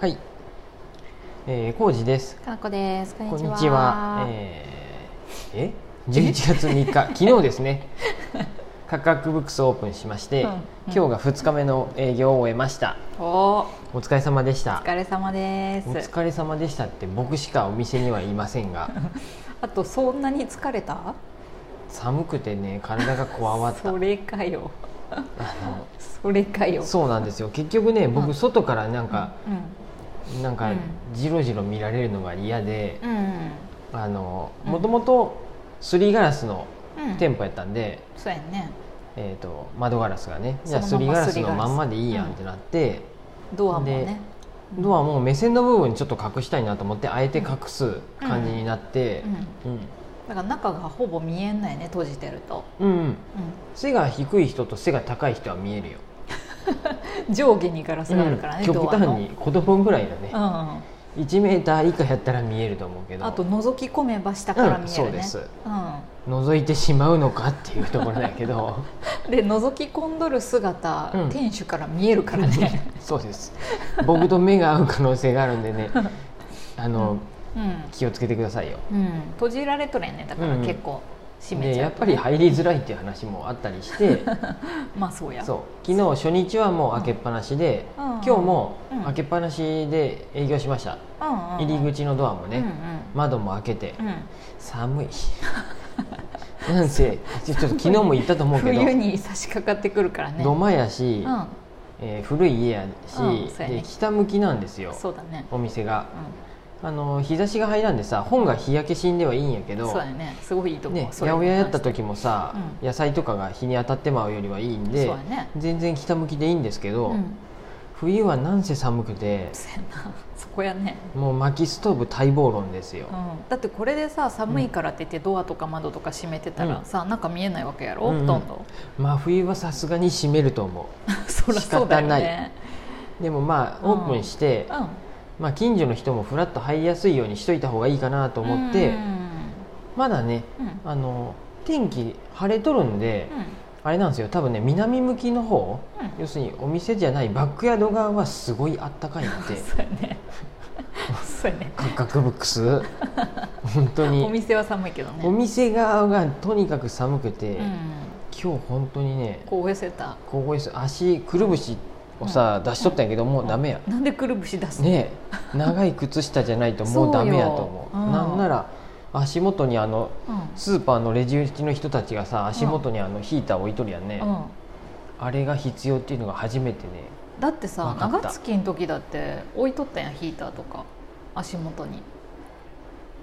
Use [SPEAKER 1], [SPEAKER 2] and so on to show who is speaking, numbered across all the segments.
[SPEAKER 1] はい。えー、康二です。
[SPEAKER 2] かなこです。こん
[SPEAKER 1] こ
[SPEAKER 2] に
[SPEAKER 1] ん
[SPEAKER 2] ちは。
[SPEAKER 1] にちは。えー、え11月3日、 昨日ですね。価格ブックスオープンしまして、
[SPEAKER 2] うんうん
[SPEAKER 1] 今日が2日目の営業を終えました。
[SPEAKER 2] お
[SPEAKER 1] お疲れ様でし
[SPEAKER 2] お
[SPEAKER 1] た。
[SPEAKER 2] 疲れ様で
[SPEAKER 1] お
[SPEAKER 2] す。
[SPEAKER 1] 疲れ様でしたって僕しかお店にはいません が
[SPEAKER 2] あとそんなに疲れた？
[SPEAKER 1] 寒くてね体がこわわった
[SPEAKER 2] それかよ。
[SPEAKER 1] あの
[SPEAKER 2] それか よ。
[SPEAKER 1] そうなんですよ結局ね
[SPEAKER 2] う
[SPEAKER 1] 僕
[SPEAKER 2] ん
[SPEAKER 1] 外からなんか、
[SPEAKER 2] う
[SPEAKER 1] なん
[SPEAKER 2] う
[SPEAKER 1] か
[SPEAKER 2] ん
[SPEAKER 1] ジロジロ見られるのが嫌で、
[SPEAKER 2] ん。うん。
[SPEAKER 1] あの
[SPEAKER 2] うん
[SPEAKER 1] もともとすりガラスの
[SPEAKER 2] うん。
[SPEAKER 1] 店舗やったんで、
[SPEAKER 2] そうやね。
[SPEAKER 1] えー、と窓ガラスがねじゃあす
[SPEAKER 2] そ
[SPEAKER 1] り
[SPEAKER 2] の
[SPEAKER 1] ガ
[SPEAKER 2] ま
[SPEAKER 1] ラス
[SPEAKER 2] ま
[SPEAKER 1] の
[SPEAKER 2] すりガラ
[SPEAKER 1] ま
[SPEAKER 2] ス
[SPEAKER 1] んまでいいやんってなって、
[SPEAKER 2] ドアもね。
[SPEAKER 1] ドアも目線の部分にちょっと隠したいなと思ってあえて隠す感じになって
[SPEAKER 2] うん。
[SPEAKER 1] うん
[SPEAKER 2] だから中がほぼ見えないね閉じてると。
[SPEAKER 1] うん、うん
[SPEAKER 2] う
[SPEAKER 1] 背が低い人と背が高い人は見えるよ
[SPEAKER 2] ん。上下にガラスがあるからね、
[SPEAKER 1] うん
[SPEAKER 2] ド
[SPEAKER 1] 極
[SPEAKER 2] ア
[SPEAKER 1] 端
[SPEAKER 2] の。
[SPEAKER 1] に子供ぐらいだ
[SPEAKER 2] う
[SPEAKER 1] ね、
[SPEAKER 2] ん。
[SPEAKER 1] 1メーター以下やったら見えると思うけど
[SPEAKER 2] あと覗き込めば下から見えるね。
[SPEAKER 1] うんそうです
[SPEAKER 2] うん。
[SPEAKER 1] 覗いてしまうのかっていうところだけど
[SPEAKER 2] で覗き込んどる姿、
[SPEAKER 1] うん
[SPEAKER 2] 店主から見えるか らね。
[SPEAKER 1] そうです僕と目が合う可能性があるんでねあの、
[SPEAKER 2] うん。
[SPEAKER 1] 気をつけてくださいよ
[SPEAKER 2] うん、閉じられとるやねだか
[SPEAKER 1] う
[SPEAKER 2] ら
[SPEAKER 1] んうん
[SPEAKER 2] 結構閉め
[SPEAKER 1] で
[SPEAKER 2] ちゃ
[SPEAKER 1] や
[SPEAKER 2] う
[SPEAKER 1] っ
[SPEAKER 2] と
[SPEAKER 1] ぱ
[SPEAKER 2] ね、
[SPEAKER 1] り入りづらいっていう話もあったりして
[SPEAKER 2] まあそうや
[SPEAKER 1] そう昨日初日はもう開けっぱなしで、
[SPEAKER 2] うん
[SPEAKER 1] 今日も
[SPEAKER 2] うん
[SPEAKER 1] 開けっぱなしで営業しました、
[SPEAKER 2] うんうんうん、
[SPEAKER 1] 入り口のドアもね、
[SPEAKER 2] うんうん
[SPEAKER 1] 窓も開けて、
[SPEAKER 2] うん
[SPEAKER 1] 寒い なんせちょっと昨日も言ったと思うけど
[SPEAKER 2] 冬に差し掛かってくるからね
[SPEAKER 1] 土間やし、
[SPEAKER 2] うん
[SPEAKER 1] えー古い家やし、
[SPEAKER 2] うんそうやね
[SPEAKER 1] で北向きなんですよ
[SPEAKER 2] そうだね、
[SPEAKER 1] お店が
[SPEAKER 2] う
[SPEAKER 1] あの日差しが入らんでさ本が日焼け死んではいいんやけ
[SPEAKER 2] ん、
[SPEAKER 1] ど
[SPEAKER 2] そうだねすごいいいとこ、
[SPEAKER 1] ね、
[SPEAKER 2] そ
[SPEAKER 1] 八
[SPEAKER 2] れ
[SPEAKER 1] 百屋やった時もさ、
[SPEAKER 2] う
[SPEAKER 1] 野菜とかが日に当たってまうよりはいいんで、
[SPEAKER 2] そうやね
[SPEAKER 1] 全然北向きでいいんですけど、
[SPEAKER 2] うん、
[SPEAKER 1] 冬はなんせ寒くて
[SPEAKER 2] そうやな そこやね、
[SPEAKER 1] もう薪ストーブ待望論ですよ
[SPEAKER 2] う、ん、だってこれでさ寒いからって言ってドアとか窓とか閉めてたら
[SPEAKER 1] うん
[SPEAKER 2] さ、中見えないわけやろ、
[SPEAKER 1] うんうん
[SPEAKER 2] ほとんど
[SPEAKER 1] まあ冬はさすがに閉めると思
[SPEAKER 2] そりゃそうだよね
[SPEAKER 1] うでもまあ
[SPEAKER 2] うん
[SPEAKER 1] オープンして、
[SPEAKER 2] うん
[SPEAKER 1] まあ、近所の人もフラッと入りやすいようにしといた方がいいかなと思って、
[SPEAKER 2] うん
[SPEAKER 1] まだね
[SPEAKER 2] うん
[SPEAKER 1] あの天気晴れとるんで、
[SPEAKER 2] うん
[SPEAKER 1] あれなんですよ多分ね南向きの方、
[SPEAKER 2] うん
[SPEAKER 1] 要するにお店じゃないバックヤード側はすごいあったかいん で
[SPEAKER 2] そうやねそうやね
[SPEAKER 1] カクカクブックス本当
[SPEAKER 2] お
[SPEAKER 1] に
[SPEAKER 2] 店は寒いけどね
[SPEAKER 1] お店側がとにかく寒くて、
[SPEAKER 2] うん、
[SPEAKER 1] 今日本当にね
[SPEAKER 2] こう痩せた
[SPEAKER 1] ここです足くるぶしをさ、出しとったんやけどもうダメや、
[SPEAKER 2] なんでくるぶし出すの、
[SPEAKER 1] ねえ長い靴下じゃないとも うダメやと思う
[SPEAKER 2] そうようん
[SPEAKER 1] なんなら足元にあの
[SPEAKER 2] うん
[SPEAKER 1] スーパーのレジ打ちの人たちがさ足元にあのヒーター置いとるやんね、
[SPEAKER 2] うん、
[SPEAKER 1] あれが必要っていうのが初めてね
[SPEAKER 2] だってさ
[SPEAKER 1] わかった
[SPEAKER 2] 長月の時だって置いとったやんヒーターとか足元に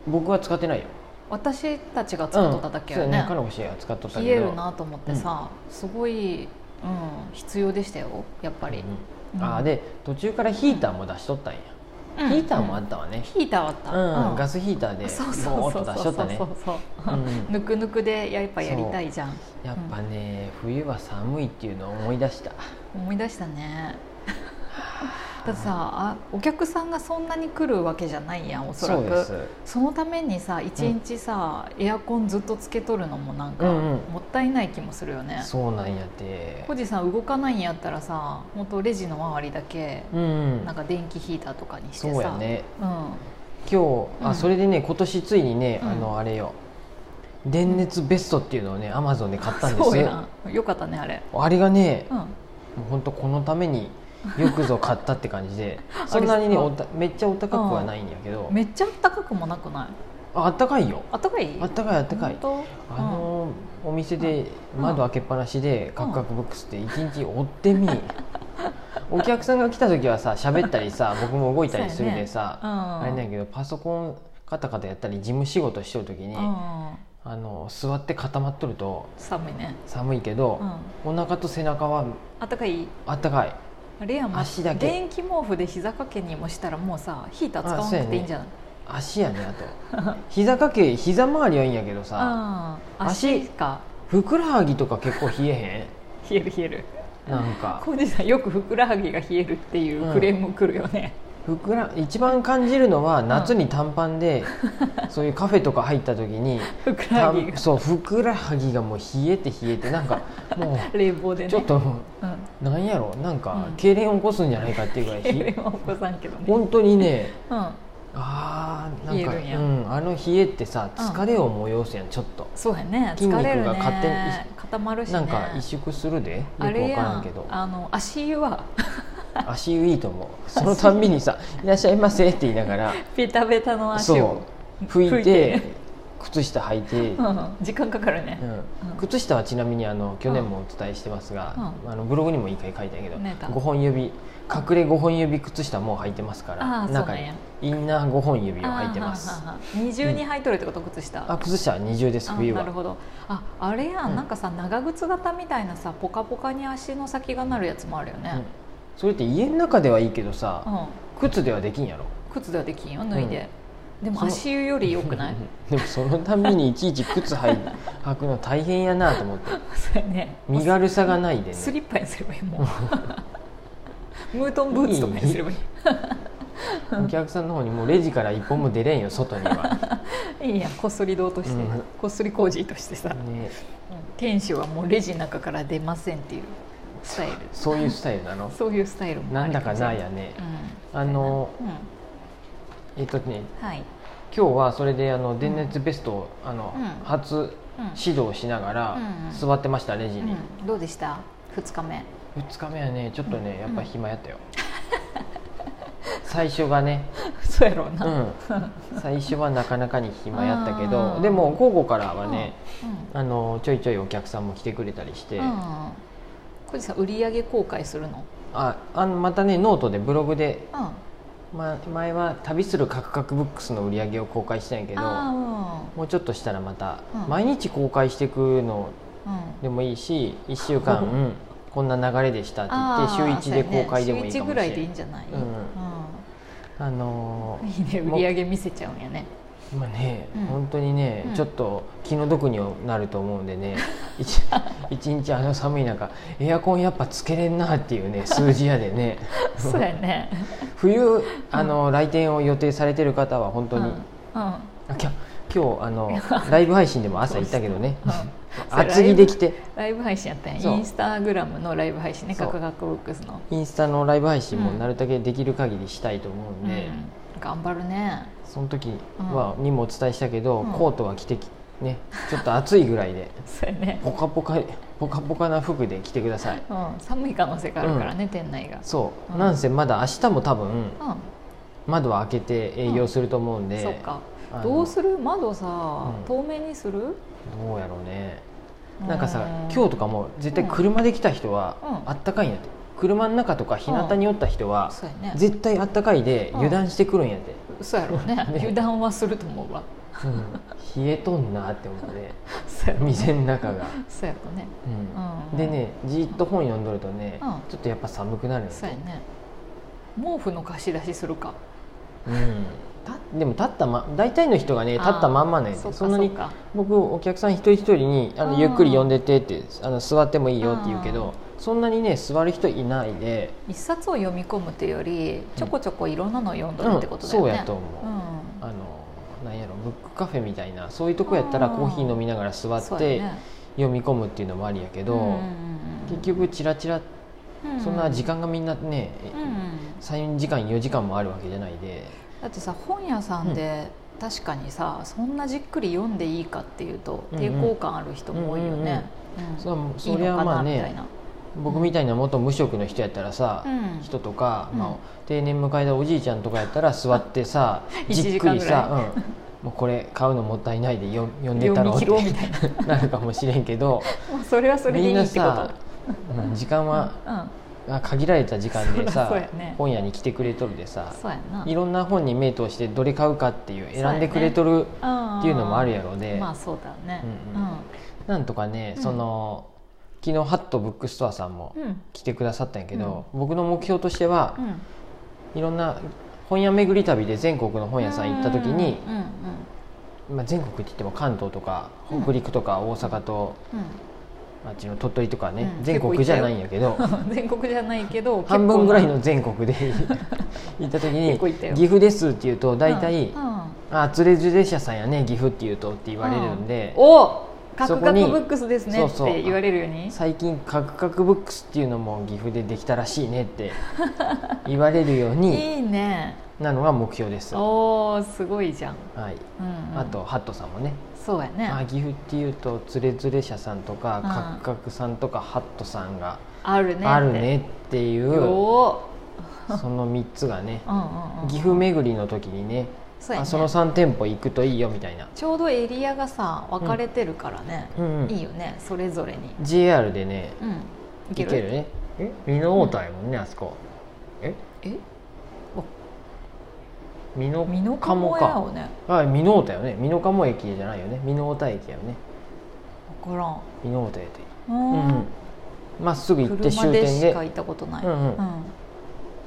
[SPEAKER 1] 僕は使ってないよ
[SPEAKER 2] 私たちが使っとっただけや
[SPEAKER 1] うんそう
[SPEAKER 2] ね
[SPEAKER 1] や、彼もしは使っとった
[SPEAKER 2] 冷
[SPEAKER 1] けど
[SPEAKER 2] えるなと思ってさ、すごい、うん、必要でしたよやっぱり、
[SPEAKER 1] うんあーで途中からヒーターも出しとったんや、
[SPEAKER 2] うん
[SPEAKER 1] ヒーターもあったわね、
[SPEAKER 2] ヒーターはあった、
[SPEAKER 1] うん
[SPEAKER 2] うん
[SPEAKER 1] ガスヒーターでボ
[SPEAKER 2] そうそう
[SPEAKER 1] ーっ
[SPEAKER 2] そ
[SPEAKER 1] と
[SPEAKER 2] う
[SPEAKER 1] 出
[SPEAKER 2] そう
[SPEAKER 1] し
[SPEAKER 2] そ
[SPEAKER 1] と
[SPEAKER 2] う
[SPEAKER 1] ったね
[SPEAKER 2] そう
[SPEAKER 1] うん
[SPEAKER 2] ぬくぬくでやっぱやりたいじゃん
[SPEAKER 1] やっぱね、冬は寒いっていうのを思い出した
[SPEAKER 2] 思い出した ねだってさあお客さんがそんなに来るわけじゃないやんおそら
[SPEAKER 1] そう
[SPEAKER 2] く
[SPEAKER 1] です
[SPEAKER 2] そのためにさ一日さ、エアコンずっとつけとるのもなんか、
[SPEAKER 1] うんうん
[SPEAKER 2] もったいない気もするよね
[SPEAKER 1] そうなんやって
[SPEAKER 2] 小路さん動かないんやったらさ本当レジの周りだけ、
[SPEAKER 1] うんうん
[SPEAKER 2] なんか電気ヒーターとかにしてさ
[SPEAKER 1] そうやね
[SPEAKER 2] うん、
[SPEAKER 1] 今日
[SPEAKER 2] う
[SPEAKER 1] あ
[SPEAKER 2] ん
[SPEAKER 1] それでね今年ついにね、
[SPEAKER 2] うん
[SPEAKER 1] あのあれよ電熱ベストっていうのをねアマゾンで買ったんで
[SPEAKER 2] そう
[SPEAKER 1] す
[SPEAKER 2] やんよかったねあれ、
[SPEAKER 1] あれがね
[SPEAKER 2] うん、
[SPEAKER 1] もう本当このためによくぞ買ったって感じでそんなにね
[SPEAKER 2] あれ
[SPEAKER 1] おためっちゃお高くはないんやけど
[SPEAKER 2] めっちゃあったかくもなくない
[SPEAKER 1] ああったかいよ
[SPEAKER 2] あったかい
[SPEAKER 1] あったかいあったかい
[SPEAKER 2] 本当
[SPEAKER 1] あのお店で
[SPEAKER 2] うん
[SPEAKER 1] 窓開けっぱなしで「カクカクブックス」って一日追って みお客さんが来た時はさ喋ったりさ僕も動いたりするで
[SPEAKER 2] そうや
[SPEAKER 1] さ
[SPEAKER 2] ねうん
[SPEAKER 1] あれなんやけどパソコンカタカタやったり事務仕事しとる時
[SPEAKER 2] う
[SPEAKER 1] に
[SPEAKER 2] んうん、
[SPEAKER 1] あの座って固まっとると
[SPEAKER 2] 寒いね、
[SPEAKER 1] 寒いけ
[SPEAKER 2] う
[SPEAKER 1] ど
[SPEAKER 2] ん、あ
[SPEAKER 1] お腹と背中は
[SPEAKER 2] ったかい
[SPEAKER 1] あったかい
[SPEAKER 2] レアも
[SPEAKER 1] 足だけ
[SPEAKER 2] 電気毛布で膝掛けにもしたらもうさヒーター使わなくていいんじゃない
[SPEAKER 1] 足やねあ と膝掛け膝周りはいいんやけどさ
[SPEAKER 2] ああ
[SPEAKER 1] 足
[SPEAKER 2] 足か
[SPEAKER 1] ふくらはぎとか結構冷え
[SPEAKER 2] 冷える冷える
[SPEAKER 1] へんなんか
[SPEAKER 2] 浩二さんよくふくらはぎが冷えるっていうクレームくるよね、
[SPEAKER 1] 膨ら一番感じるのは夏に短パン で、そういうカフェとか入った時に
[SPEAKER 2] ふくら
[SPEAKER 1] た
[SPEAKER 2] はぎが
[SPEAKER 1] そうふくらはぎがもう冷えて冷えてなん かも
[SPEAKER 2] 冷房で
[SPEAKER 1] う
[SPEAKER 2] ね
[SPEAKER 1] ちょっと
[SPEAKER 2] うん
[SPEAKER 1] なんやろなんか
[SPEAKER 2] うん
[SPEAKER 1] 痙攣を起こすんじゃないかっていうぐらい
[SPEAKER 2] 冷
[SPEAKER 1] ひ
[SPEAKER 2] えは起こさんけどね
[SPEAKER 1] 本当にね
[SPEAKER 2] うん
[SPEAKER 1] あーなんか
[SPEAKER 2] 冷えるんや
[SPEAKER 1] うん、あの冷えってさ
[SPEAKER 2] うん
[SPEAKER 1] 疲れを催すやんちょっと、
[SPEAKER 2] そうやね
[SPEAKER 1] 筋肉が
[SPEAKER 2] 疲れるね
[SPEAKER 1] 勝手に
[SPEAKER 2] 固まるしね
[SPEAKER 1] なんか萎縮するでよく
[SPEAKER 2] あ
[SPEAKER 1] わ
[SPEAKER 2] れ
[SPEAKER 1] から
[SPEAKER 2] や
[SPEAKER 1] んけど
[SPEAKER 2] んあの足湯は
[SPEAKER 1] 足湯いいと思うそのたんびにさ「いらっしゃいませ」って言いながら
[SPEAKER 2] ベタベタの足
[SPEAKER 1] そ
[SPEAKER 2] を
[SPEAKER 1] う拭
[SPEAKER 2] 拭
[SPEAKER 1] いて
[SPEAKER 2] いて
[SPEAKER 1] 靴下履いて、
[SPEAKER 2] うんうん時間かかるね
[SPEAKER 1] うん
[SPEAKER 2] うん
[SPEAKER 1] 靴下はちなみにあの去年もお伝えしてますが、あのブログにも一回書いたけど、
[SPEAKER 2] ねえ
[SPEAKER 1] 5本指隠れ5本指靴下もう履いてますか
[SPEAKER 2] あ
[SPEAKER 1] ら
[SPEAKER 2] あそう
[SPEAKER 1] 中
[SPEAKER 2] なん
[SPEAKER 1] に
[SPEAKER 2] や
[SPEAKER 1] インナー5本指を
[SPEAKER 2] あ
[SPEAKER 1] 履いて
[SPEAKER 2] ーは
[SPEAKER 1] ま
[SPEAKER 2] あ
[SPEAKER 1] す
[SPEAKER 2] はあはあ二重に履いとるってこと靴下
[SPEAKER 1] あ靴下は二重です
[SPEAKER 2] あ
[SPEAKER 1] 冬
[SPEAKER 2] なる
[SPEAKER 1] は
[SPEAKER 2] ほどああれや
[SPEAKER 1] うん
[SPEAKER 2] んなんかさ長靴型みたいなさポカポカに足の先がなるやつもあるよ
[SPEAKER 1] うん
[SPEAKER 2] ね
[SPEAKER 1] それって家の中ではいいけどさ、
[SPEAKER 2] うん
[SPEAKER 1] 靴ではできんやろ
[SPEAKER 2] 靴ではできんよ脱いででも
[SPEAKER 1] その
[SPEAKER 2] 足湯より良くない
[SPEAKER 1] でもそのためにいちいち靴履い履くの大変やなと思って
[SPEAKER 2] そうやね
[SPEAKER 1] 身軽さがないでね
[SPEAKER 2] スリッパにすればいいもん ムートンブーツとかにすればい
[SPEAKER 1] お客さんの方にもうレジから一本も出れんよ外には、
[SPEAKER 2] いいいやんこっそり堂として、
[SPEAKER 1] うん
[SPEAKER 2] こっそり工事としてさ、
[SPEAKER 1] ね、
[SPEAKER 2] 店主はもうレジの中から出ませんっていうスタイル
[SPEAKER 1] そういうスタイルなの
[SPEAKER 2] そういうスタイルも
[SPEAKER 1] なんだかな
[SPEAKER 2] あり
[SPEAKER 1] やね
[SPEAKER 2] ません
[SPEAKER 1] あの
[SPEAKER 2] うん、うん
[SPEAKER 1] えっとね
[SPEAKER 2] はい、
[SPEAKER 1] 今日はそれであの電熱ベストをあの、
[SPEAKER 2] うん
[SPEAKER 1] 初
[SPEAKER 2] う
[SPEAKER 1] 指導しながら
[SPEAKER 2] うん
[SPEAKER 1] 座ってましたレジ
[SPEAKER 2] ん
[SPEAKER 1] に、
[SPEAKER 2] うん、どうでした2日目
[SPEAKER 1] 2日目はねちょっとねやっぱ
[SPEAKER 2] うん
[SPEAKER 1] 暇やったよ、最初がね、
[SPEAKER 2] そうやろうな、
[SPEAKER 1] う
[SPEAKER 2] うん
[SPEAKER 1] ん、最初はなかなかに暇やったけ
[SPEAKER 2] あ
[SPEAKER 1] ど
[SPEAKER 2] ー
[SPEAKER 1] でも午後からはね、あのちょいちょいお客さんも来てくれたりして、
[SPEAKER 2] うんうんこれさ売り上げ公開するの、
[SPEAKER 1] ああのまたねノートでブログで、
[SPEAKER 2] うん、あ
[SPEAKER 1] ま、前は「旅するカクカクブックス」の売り上げを公開したんやけど
[SPEAKER 2] あ
[SPEAKER 1] もうちょっとしたらまた、
[SPEAKER 2] うん
[SPEAKER 1] 毎日公開していくの
[SPEAKER 2] うんうん
[SPEAKER 1] でもいいし1週間、うんこんな流れでしたって言って週
[SPEAKER 2] あー
[SPEAKER 1] 1で公開でもいい
[SPEAKER 2] そう
[SPEAKER 1] かも
[SPEAKER 2] やね週1
[SPEAKER 1] し
[SPEAKER 2] ぐ
[SPEAKER 1] れ
[SPEAKER 2] ら
[SPEAKER 1] ない
[SPEAKER 2] でいい
[SPEAKER 1] い
[SPEAKER 2] んじゃない、
[SPEAKER 1] うんあの
[SPEAKER 2] うんいいね
[SPEAKER 1] も
[SPEAKER 2] 売り上げ見せちゃうんやね
[SPEAKER 1] ーまあね、
[SPEAKER 2] うん
[SPEAKER 1] 本当にね、
[SPEAKER 2] うん
[SPEAKER 1] ちょっと気の毒になると思うんでね 一一日あの寒い中エアコンやっぱつけれんなっていうね数字やでね
[SPEAKER 2] そうやね
[SPEAKER 1] 冬あの来店を予定されてる方は本当に、
[SPEAKER 2] うんうん
[SPEAKER 1] あきゃ今日あのライブ配信でも朝行ったけどね
[SPEAKER 2] うん
[SPEAKER 1] 厚着できて
[SPEAKER 2] ライブ配信やったん
[SPEAKER 1] そ
[SPEAKER 2] や
[SPEAKER 1] う
[SPEAKER 2] インスタグラムのライブ配信ね
[SPEAKER 1] そ
[SPEAKER 2] カ
[SPEAKER 1] う
[SPEAKER 2] クカクブックスの、
[SPEAKER 1] インスタのライブ配信も
[SPEAKER 2] うん
[SPEAKER 1] なるだけできる限りしたいと思うんで、
[SPEAKER 2] うん、頑張るね
[SPEAKER 1] その時は、にもお伝えしたけど、
[SPEAKER 2] うん
[SPEAKER 1] コートは着てきねちょっと暑いぐらいで
[SPEAKER 2] そうやね、
[SPEAKER 1] ポカポカポカポカな服で着てください
[SPEAKER 2] うん、寒い可能性があるからね、店内が
[SPEAKER 1] そう、
[SPEAKER 2] うん
[SPEAKER 1] なんせまだ明日も多分
[SPEAKER 2] うん
[SPEAKER 1] 窓は開けて営業すると思うんで、
[SPEAKER 2] そうか
[SPEAKER 1] あの
[SPEAKER 2] どうする窓さ、
[SPEAKER 1] ん
[SPEAKER 2] 透明にする
[SPEAKER 1] どうやろうねなんかさ
[SPEAKER 2] う
[SPEAKER 1] 今日とかも絶対車で来た人は
[SPEAKER 2] うん
[SPEAKER 1] あったかいんやって車の中とか日向におった人は
[SPEAKER 2] そうやね
[SPEAKER 1] 絶対あったかいで
[SPEAKER 2] うん
[SPEAKER 1] 油断してくるんやて、
[SPEAKER 2] そうやろ うね油断はすると思うわ
[SPEAKER 1] うん冷えとんなって思うね
[SPEAKER 2] そうやろ
[SPEAKER 1] 店の中が、
[SPEAKER 2] そうやろね
[SPEAKER 1] うん
[SPEAKER 2] うん
[SPEAKER 1] でねじーっと本読んどるとね、
[SPEAKER 2] うん
[SPEAKER 1] ちょっとやっぱ寒くなるんや
[SPEAKER 2] そうやね毛布の貸し出しするか
[SPEAKER 1] うんたでも立ったま大体の人がね立ったまんまね
[SPEAKER 2] あーうか
[SPEAKER 1] そんなに
[SPEAKER 2] うか
[SPEAKER 1] 僕お客さん一人一人にあ
[SPEAKER 2] う
[SPEAKER 1] の
[SPEAKER 2] ん
[SPEAKER 1] ゆっくり読んでってってあの座ってもいいよって言うけどそんなにね座る人いないで、
[SPEAKER 2] 一冊を読み込むというよりちょこちょこいろんなのを読んど
[SPEAKER 1] う
[SPEAKER 2] る
[SPEAKER 1] ん
[SPEAKER 2] ってことだ
[SPEAKER 1] そ
[SPEAKER 2] よ
[SPEAKER 1] う
[SPEAKER 2] ね、
[SPEAKER 1] やと思う、
[SPEAKER 2] うん
[SPEAKER 1] あのなんやろブックカフェみたいなそういうとこやったら
[SPEAKER 2] あー
[SPEAKER 1] コーヒー飲みながら座っ
[SPEAKER 2] そう
[SPEAKER 1] て
[SPEAKER 2] やね
[SPEAKER 1] 読み込むっていうのもありやけ
[SPEAKER 2] う
[SPEAKER 1] ど、
[SPEAKER 2] んうん
[SPEAKER 1] 結局チラチラ
[SPEAKER 2] うんうん
[SPEAKER 1] そんな時間がみんなね、
[SPEAKER 2] うんうん
[SPEAKER 1] 3時間4時間もあるわけじゃないで
[SPEAKER 2] だってさ本屋さんで確かにさそんなじっくり読んでいいかっていうと
[SPEAKER 1] うんうん
[SPEAKER 2] 抵抗感ある人も多いよね、うん
[SPEAKER 1] そそ
[SPEAKER 2] いい
[SPEAKER 1] りゃ
[SPEAKER 2] のか
[SPEAKER 1] まあ
[SPEAKER 2] なみたい
[SPEAKER 1] ね
[SPEAKER 2] な、
[SPEAKER 1] 僕みたいな元無職の人やったらさ、
[SPEAKER 2] うん
[SPEAKER 1] 人とか、
[SPEAKER 2] うん
[SPEAKER 1] まあ、定年迎えたおじいちゃんとかやったら座ってさ
[SPEAKER 2] 一
[SPEAKER 1] じっ
[SPEAKER 2] 時
[SPEAKER 1] く
[SPEAKER 2] 間
[SPEAKER 1] り
[SPEAKER 2] ぐらい
[SPEAKER 1] さ、うん、もうこれ買うのもったいないでよ読んでたろうって
[SPEAKER 2] 読み切ろうみ た
[SPEAKER 1] なるかもしれんけど
[SPEAKER 2] もうそれはそれでい
[SPEAKER 1] みん
[SPEAKER 2] い
[SPEAKER 1] な
[SPEAKER 2] ってこと
[SPEAKER 1] さ、うん時間は
[SPEAKER 2] うん、
[SPEAKER 1] あ限られた時間でさ
[SPEAKER 2] そらそうやね
[SPEAKER 1] 本屋に来てくれとるでさ
[SPEAKER 2] そうやない
[SPEAKER 1] ろんな本に目通してどれ買うかっていう
[SPEAKER 2] そうやね
[SPEAKER 1] 選んでくれとる
[SPEAKER 2] っ
[SPEAKER 1] っていうのもあるやろで、
[SPEAKER 2] まあそうだね
[SPEAKER 1] うんなんとかね
[SPEAKER 2] うん
[SPEAKER 1] その、昨日ハットブックストアさんも
[SPEAKER 2] うんうん
[SPEAKER 1] 来てくださったんやけど、僕の目標としては
[SPEAKER 2] う、ん
[SPEAKER 1] いろんな本屋巡り旅で全国の本屋さん行った時に、
[SPEAKER 2] うんうん
[SPEAKER 1] まあ、全国って言っても関東とか
[SPEAKER 2] うん
[SPEAKER 1] 北陸とか大阪と
[SPEAKER 2] うんうん
[SPEAKER 1] あっちの鳥取とかね、
[SPEAKER 2] うん
[SPEAKER 1] 全国じゃないんやけど
[SPEAKER 2] 全国じゃないけ ど
[SPEAKER 1] 半分ぐらいの
[SPEAKER 2] 結
[SPEAKER 1] 全国で行った時に
[SPEAKER 2] 結構行ったよ
[SPEAKER 1] 岐阜です」って言うと
[SPEAKER 2] 構
[SPEAKER 1] 大
[SPEAKER 2] な
[SPEAKER 1] 体
[SPEAKER 2] うんうん
[SPEAKER 1] 「あ連れズ列車さんやね岐阜」って言うとって言われるんで、
[SPEAKER 2] おカ
[SPEAKER 1] そ
[SPEAKER 2] ク
[SPEAKER 1] こ
[SPEAKER 2] カク
[SPEAKER 1] に
[SPEAKER 2] ブックスですねっ
[SPEAKER 1] そうそう
[SPEAKER 2] て言われるように
[SPEAKER 1] 最近「カクカクブックス」っていうのも岐阜でできたらしいねって言われるように
[SPEAKER 2] いいね
[SPEAKER 1] なのが目標です、は
[SPEAKER 2] おーすごいじゃん、
[SPEAKER 1] い、
[SPEAKER 2] うんうん
[SPEAKER 1] あとハットさんもね
[SPEAKER 2] そうやね
[SPEAKER 1] あ岐阜っていうとつれづれ社さんとか、
[SPEAKER 2] うん
[SPEAKER 1] カクカクさんとかハットさんが
[SPEAKER 2] あるねって
[SPEAKER 1] あるねっていう
[SPEAKER 2] よ
[SPEAKER 1] その3つがね
[SPEAKER 2] ーうんうんうん
[SPEAKER 1] 岐阜巡りの時にね
[SPEAKER 2] そうや
[SPEAKER 1] あ
[SPEAKER 2] ね
[SPEAKER 1] その3店舗行くといいよみたいな、
[SPEAKER 2] ちょうどエリアがさ分かれてるからね、
[SPEAKER 1] うんうん
[SPEAKER 2] いいよねそれぞれに
[SPEAKER 1] JR でね
[SPEAKER 2] うんい
[SPEAKER 1] 行
[SPEAKER 2] け
[SPEAKER 1] け
[SPEAKER 2] る
[SPEAKER 1] るねえ美濃太田やもんね、あそこえ
[SPEAKER 2] え
[SPEAKER 1] 美濃
[SPEAKER 2] 美濃加
[SPEAKER 1] 鴨
[SPEAKER 2] 茂やよね
[SPEAKER 1] あ美濃太田よね美濃鴨駅じゃないよね美濃太田駅やよね
[SPEAKER 2] 分からん
[SPEAKER 1] 美濃太田駅
[SPEAKER 2] う
[SPEAKER 1] うん
[SPEAKER 2] ん、
[SPEAKER 1] うんまっすぐ行って
[SPEAKER 2] 車
[SPEAKER 1] 終
[SPEAKER 2] で
[SPEAKER 1] 点
[SPEAKER 2] し
[SPEAKER 1] で
[SPEAKER 2] か行ったことない、
[SPEAKER 1] うんうん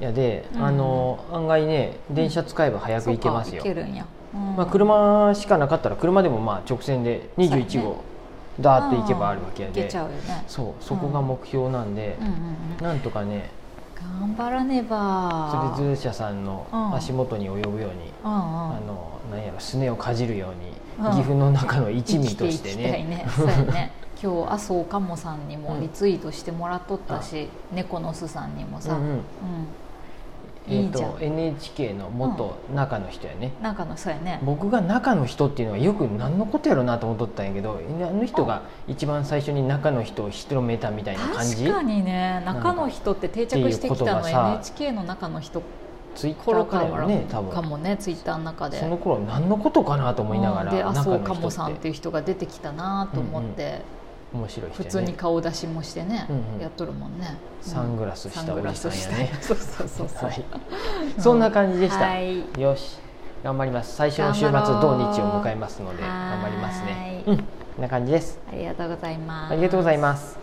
[SPEAKER 1] いやで、
[SPEAKER 2] うん
[SPEAKER 1] あの案外ね電車使えば早く行けますよ
[SPEAKER 2] そうか行けるんや、うん
[SPEAKER 1] まあ、車しかなかったら車でもまあ直線で
[SPEAKER 2] そう
[SPEAKER 1] 21
[SPEAKER 2] やね
[SPEAKER 1] 号ダーって行けばあるわけや
[SPEAKER 2] 行け
[SPEAKER 1] で
[SPEAKER 2] ちゃうよね、
[SPEAKER 1] そうそこが目標なんで
[SPEAKER 2] うんうんうん、
[SPEAKER 1] なんとかね
[SPEAKER 2] 頑張らねば
[SPEAKER 1] つれづれ社さんの
[SPEAKER 2] うん
[SPEAKER 1] 足元に及ぶように
[SPEAKER 2] うんうん
[SPEAKER 1] あのなんやろすねをかじるよう
[SPEAKER 2] うん
[SPEAKER 1] に岐阜の中の一味とし
[SPEAKER 2] 生
[SPEAKER 1] て
[SPEAKER 2] きいきたい
[SPEAKER 1] ね
[SPEAKER 2] ねそうやね今日麻生かもさんにもリツイートしてもらっとったし、猫の巣さんにも
[SPEAKER 1] う
[SPEAKER 2] さ、うん
[SPEAKER 1] んうんえ
[SPEAKER 2] い
[SPEAKER 1] ー
[SPEAKER 2] いじゃん
[SPEAKER 1] と NHK の元中の人やね
[SPEAKER 2] なんかのそうやね
[SPEAKER 1] 僕が中の人っていうのはよく何のことやろうなと思っとったんやけどあの人が一番最初に中の人を広めたみたいな感じ
[SPEAKER 2] 確かにね中の人って定着し
[SPEAKER 1] っていう
[SPEAKER 2] てきたの
[SPEAKER 1] ことがさ
[SPEAKER 2] NHK の中の人
[SPEAKER 1] ツイッタ
[SPEAKER 2] 頃
[SPEAKER 1] ー
[SPEAKER 2] か
[SPEAKER 1] かららよね多
[SPEAKER 2] か
[SPEAKER 1] 分
[SPEAKER 2] もねツイッターの中で
[SPEAKER 1] その頃何のことかなと思いながら
[SPEAKER 2] うんで麻
[SPEAKER 1] 中
[SPEAKER 2] 生
[SPEAKER 1] の
[SPEAKER 2] かもさん
[SPEAKER 1] 人
[SPEAKER 2] っていう人が出てきたなと思って、
[SPEAKER 1] 面白い人
[SPEAKER 2] 普
[SPEAKER 1] や
[SPEAKER 2] 通に
[SPEAKER 1] ね
[SPEAKER 2] 顔出しもしてね、
[SPEAKER 1] うんうん
[SPEAKER 2] やっとるもんね
[SPEAKER 1] サングラスしたおじさんやね
[SPEAKER 2] サングラスしたそうそうそうそう、
[SPEAKER 1] はいそんな感じでした、
[SPEAKER 2] はい
[SPEAKER 1] よし頑張ります最初の週末
[SPEAKER 2] 頑張ろ
[SPEAKER 1] 土
[SPEAKER 2] う
[SPEAKER 1] 日を迎えますので頑張りますね
[SPEAKER 2] は
[SPEAKER 1] う
[SPEAKER 2] ー
[SPEAKER 1] ん
[SPEAKER 2] い
[SPEAKER 1] こんな感じです
[SPEAKER 2] ありがとうございます
[SPEAKER 1] ありがとうございます